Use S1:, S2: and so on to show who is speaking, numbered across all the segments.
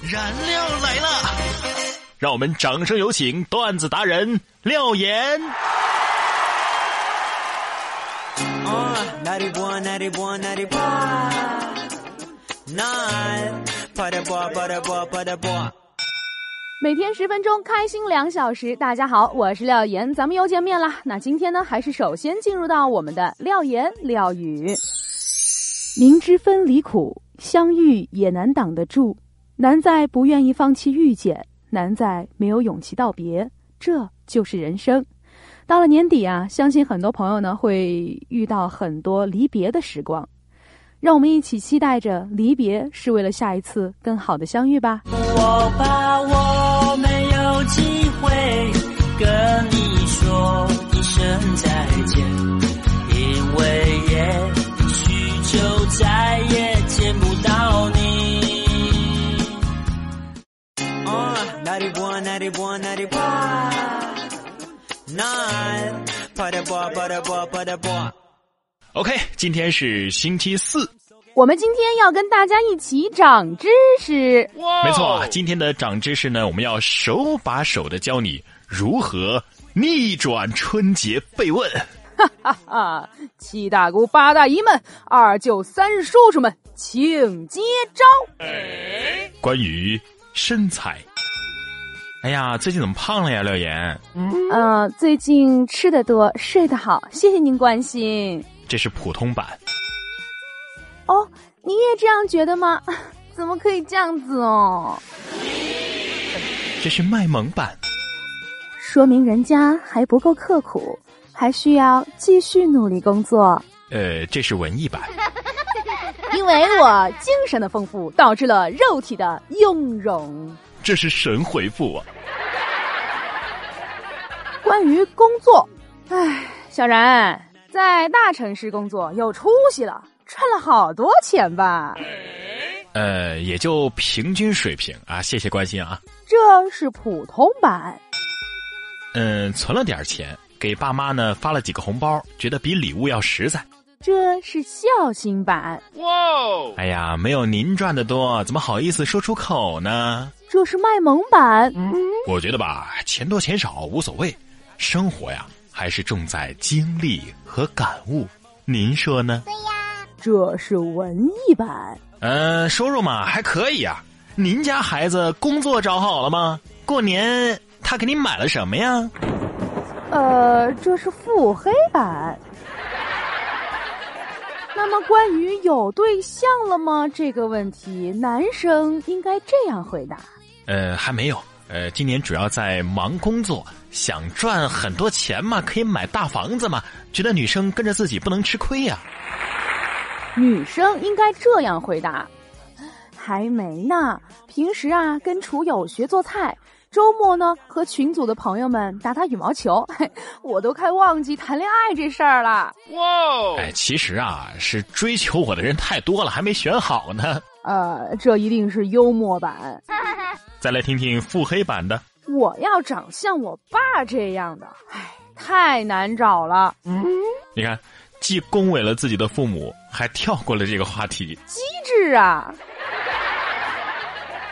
S1: 燃料来了！让我们掌声有请段子达人廖岩。
S2: on 91, 91, 91. Nine. Pada boy, pada boy, pada boy.
S3: 每天十分钟，开心两小时。大家好，我是廖岩，咱们又见面啦。那今天呢，还是首先进入到我们的廖岩廖语。明知分离苦，相遇也难挡得住。难在不愿意放弃遇见，难在没有勇气道别。这就是人生。到了年底啊，相信很多朋友呢会遇到很多离别的时光。让我们一起期待着离别是为了下一次更好的相遇吧。
S4: 我怕我没有机会跟你说一声再见，因为也许就再也见不到你。
S2: On 91, 91, 91. Nine. Pada boy, pada boy, pada boy.
S1: OK，今天是星期四，
S3: 我们今天要跟大家一起长知识。
S1: 没错，啊今天的长知识呢，我们要手把手的教你如何逆转春节被问。
S3: 啊，七大姑八大姨们、二舅三叔叔们，请接招！
S1: 关于身材，哎呀，最近怎么胖了呀，廖岩？
S3: 呃，最近吃的多，睡得好，谢谢您关心。
S1: 这是普通版。
S3: 哦，你也这样觉得吗？ 怎么可以这样子哦？
S1: 这是卖萌版，
S3: 说明人家还不够刻苦，还需要继续努力工作。
S1: 呃，这是文艺版，
S3: 因为我精神的丰富导致了肉体的臃肿。
S1: 这是神回复啊！
S3: 关于工作，唉，小然在大城市工作有出息了，赚了好多钱吧？
S1: 呃，也就平均水平啊，谢谢关心啊。
S3: 这是普通版，
S1: 嗯、存了点钱，给爸妈呢发了几个红包，觉得比礼物要实在。
S3: 这是孝心版，
S1: 哎呀，没有您赚的多，怎么好意思说出口呢？
S3: 这是卖萌版，
S1: 我觉得吧，钱多钱少无所谓，生活呀还是重在经历和感悟。您说呢？
S3: 这是文艺版，
S1: 呃，收入嘛还可以啊。您家孩子工作找好了吗？过年他给你买了什么呀？
S3: 呃，这是腹黑版。那么，关于有对象了吗这个问题，男生应该这样回答：
S1: 呃，还没有。呃，今年主要在忙工作，想赚很多钱嘛，可以买大房子嘛。觉得女生跟着自己不能吃亏呀、
S3: 女生应该这样回答：还没呢，平时啊跟厨友学做菜，周末呢和群组的朋友们打打羽毛球， 嘿，我都快忘记谈恋爱这事儿了。
S1: 哎，其实啊，是追求我的人太多了，还没选好呢。
S3: 呃，这一定是幽默版。
S1: 再来听听腹黑版的，
S3: 我要长像我爸这样的，唉，太难找了。
S1: 你看，既恭维了自己的父母，还跳过了这个话题。
S3: 机智啊，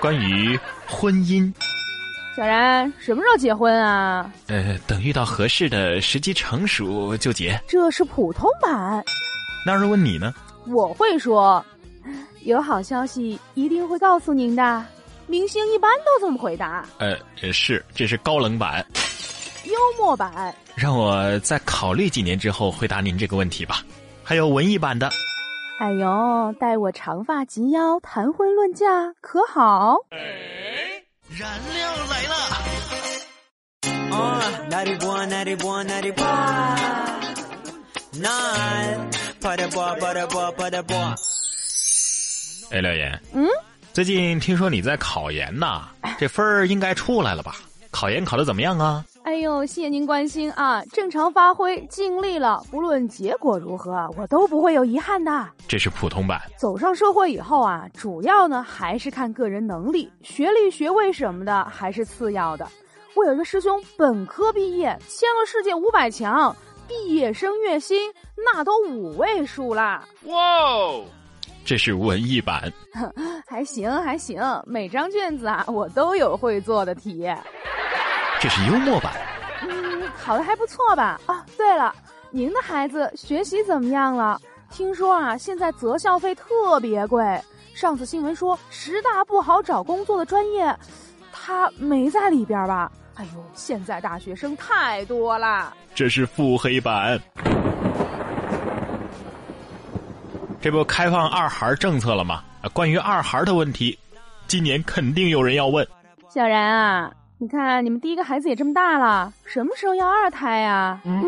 S1: 关于婚姻，
S3: 小然什么时候结婚啊？
S1: 呃，等遇到合适的时机成熟就结。
S3: 这是普通版。
S1: 那如果你呢？
S3: 我会说，有好消息一定会告诉您的。明星一般都这么回答，
S1: 呃，呃是，这是高冷版，
S3: 幽默版。
S1: 让我再考虑几年之后回答您这个问题吧。还有文艺版的，
S3: 哎呦，待我长发及腰谈婚论嫁可好？
S1: 燃料来了。
S2: On 91, 91, 91. Nine. Pada boy, pada boy, pada boy.
S1: 哎，廖岩，
S3: 嗯，
S1: 最近听说你在考研呐，这分儿应该出来了吧？考研考的怎么样啊？
S3: 哎呦，谢谢您关心啊！正常发挥，尽力了，不论结果如何，我都不会有遗憾的。
S1: 这是普通版。
S3: 走上社会以后啊，主要呢还是看个人能力，学历、学位什么的还是次要的。我有一个师兄，本科毕业，签了世界五百强，毕业生月薪那都五位数啦。
S1: 这是文艺版。
S3: 还行还行，每张卷子啊，我都有会做的题。
S1: 这是幽默版。
S3: 嗯，考的还不错吧？啊，对了，您的孩子学习怎么样了？听说啊，现在择校费特别贵。上次新闻说十大不好找工作的专业，他没在里边吧？哎呦，现在大学生太多了。
S1: 这是腹黑版。这不开放二孩政策了吗？啊关于二孩的问题，今年肯定有人要问。
S3: 小然啊，你看你们第一个孩子也这么大了，什么时候要二胎啊呀、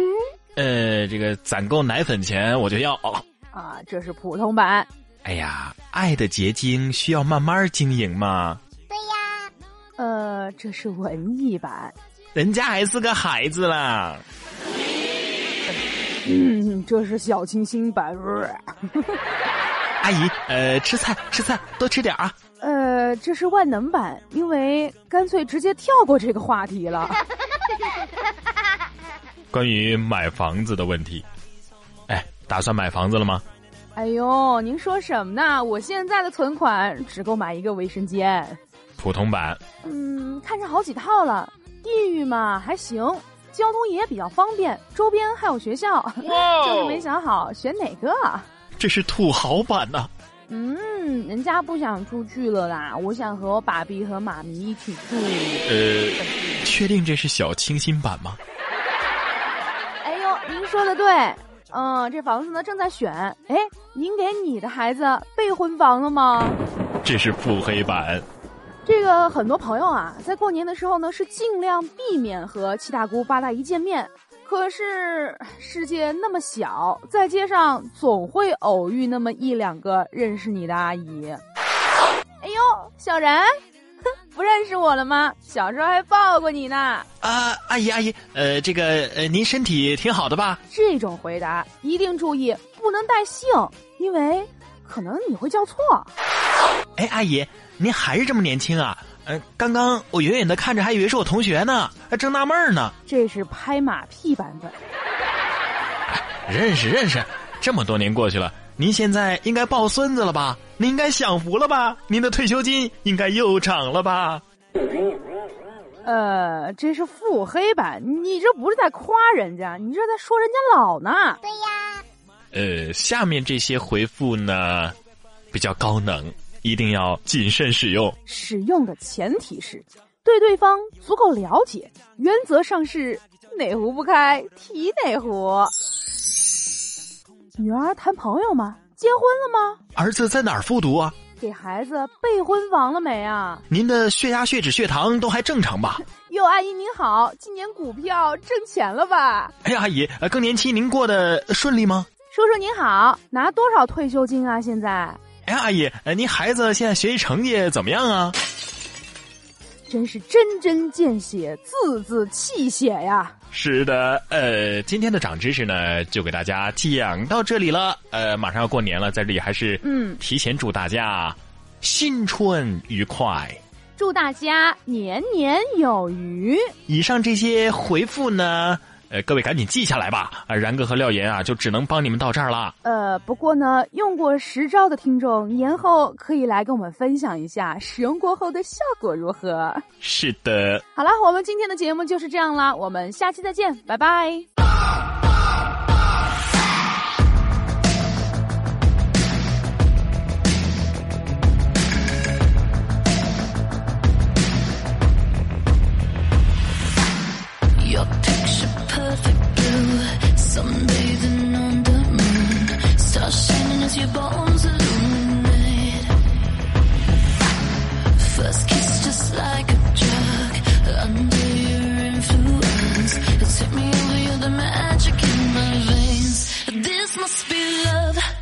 S1: 呃，这个攒够奶粉钱我就要。
S3: 啊？啊，这是普通版。
S1: 哎呀，爱的结晶需要慢慢经营嘛，
S3: 呃，这是文艺版。
S1: 人家还是个孩子啦。
S3: 嗯，这是小清新版。呃
S1: 阿姨，呃，吃菜吃菜，多吃点啊。
S3: 呃，这是万能版，因为干脆直接跳过这个话题了。
S1: 关于买房子的问题，哎，打算买房子了吗？
S3: 哎呦，您说什么呢？我现在的存款只够买一个卫生间。
S1: 普通版，
S3: 嗯，看上好几套了。地域嘛还行，交通也比较方便，周边还有学校， 就是没想好选哪个。
S1: 这是土豪版呐、啊
S3: 嗯，人家不想出去了啦，我想和我爸比和妈咪一起住。
S1: 呃，确定这是小清新版吗？
S3: 哎呦，您说的对，嗯、这房子呢正在选。哎，您给你的孩子备婚房了吗？
S1: 这是腹黑版。
S3: 这个很多朋友啊，在过年的时候呢，是尽量避免和七大姑八大姨见面。可是世界那么小，在街上总会偶遇那么一两个认识你的阿姨。哎呦，小然，哼不认识我了吗？小时候还抱过你呢。
S1: 啊，阿姨阿姨，呃，这个呃，您身体挺好的吧？
S3: 这种回答一定注意，不能带姓，因为可能你会叫错。
S1: 哎，阿姨，您还是这么年轻啊？呃，刚刚我远远的看着，还以为是我同学呢，还正纳闷儿呢。
S3: 这是拍马屁版本。
S1: 认识认识，这么多年过去了，您现在应该抱孙子了吧？您应该享福了吧？您的退休金应该又涨了吧？
S3: 呃，这是腹黑版，你这不是在夸人家，你这在说人家老呢。
S1: 呃，下面这些回复呢，比较高能，一定要谨慎使用。
S3: 使用的前提是对对方足够了解，原则上是哪壶不开提哪壶。女儿谈朋友吗？结婚了吗？
S1: 儿子在哪儿复读啊？
S3: 给孩子备婚房了没啊？
S1: 您的血压、血脂、血糖都还正常吧？
S3: 哟，阿姨您好，今年股票挣钱了吧？
S1: 哎，阿姨，呃，更年期您过得顺利吗？
S3: 叔叔您好，拿多少退休金啊？现在
S1: 哎，阿姨，呃，您孩子现在学习成绩怎么样啊？
S3: 真是针针见血，字字泣血呀！
S1: 是的，呃，今天的长知识呢，就给大家讲到这里了。呃，马上要过年了，在这里还是
S3: 嗯
S1: 提前祝大家新春愉快。
S3: 祝大家年年有余。
S1: 以上这些回复呢，呃，各位赶紧记下来吧。啊，然哥和廖岩啊，就只能帮你们到这儿了。
S3: 呃，不过呢，用过实招的听众，年后可以来跟我们分享一下使用过后的效果如何。
S1: 是的，
S3: 好了，我们今天的节目就是这样啦，我们下期再见，拜拜。
S5: Your picture perfect blue, sunbathing on the moon, stars shining as your bones illuminate. First kiss just like a drug, under your influence, it took me over, you're the magic in my veins. This must be love.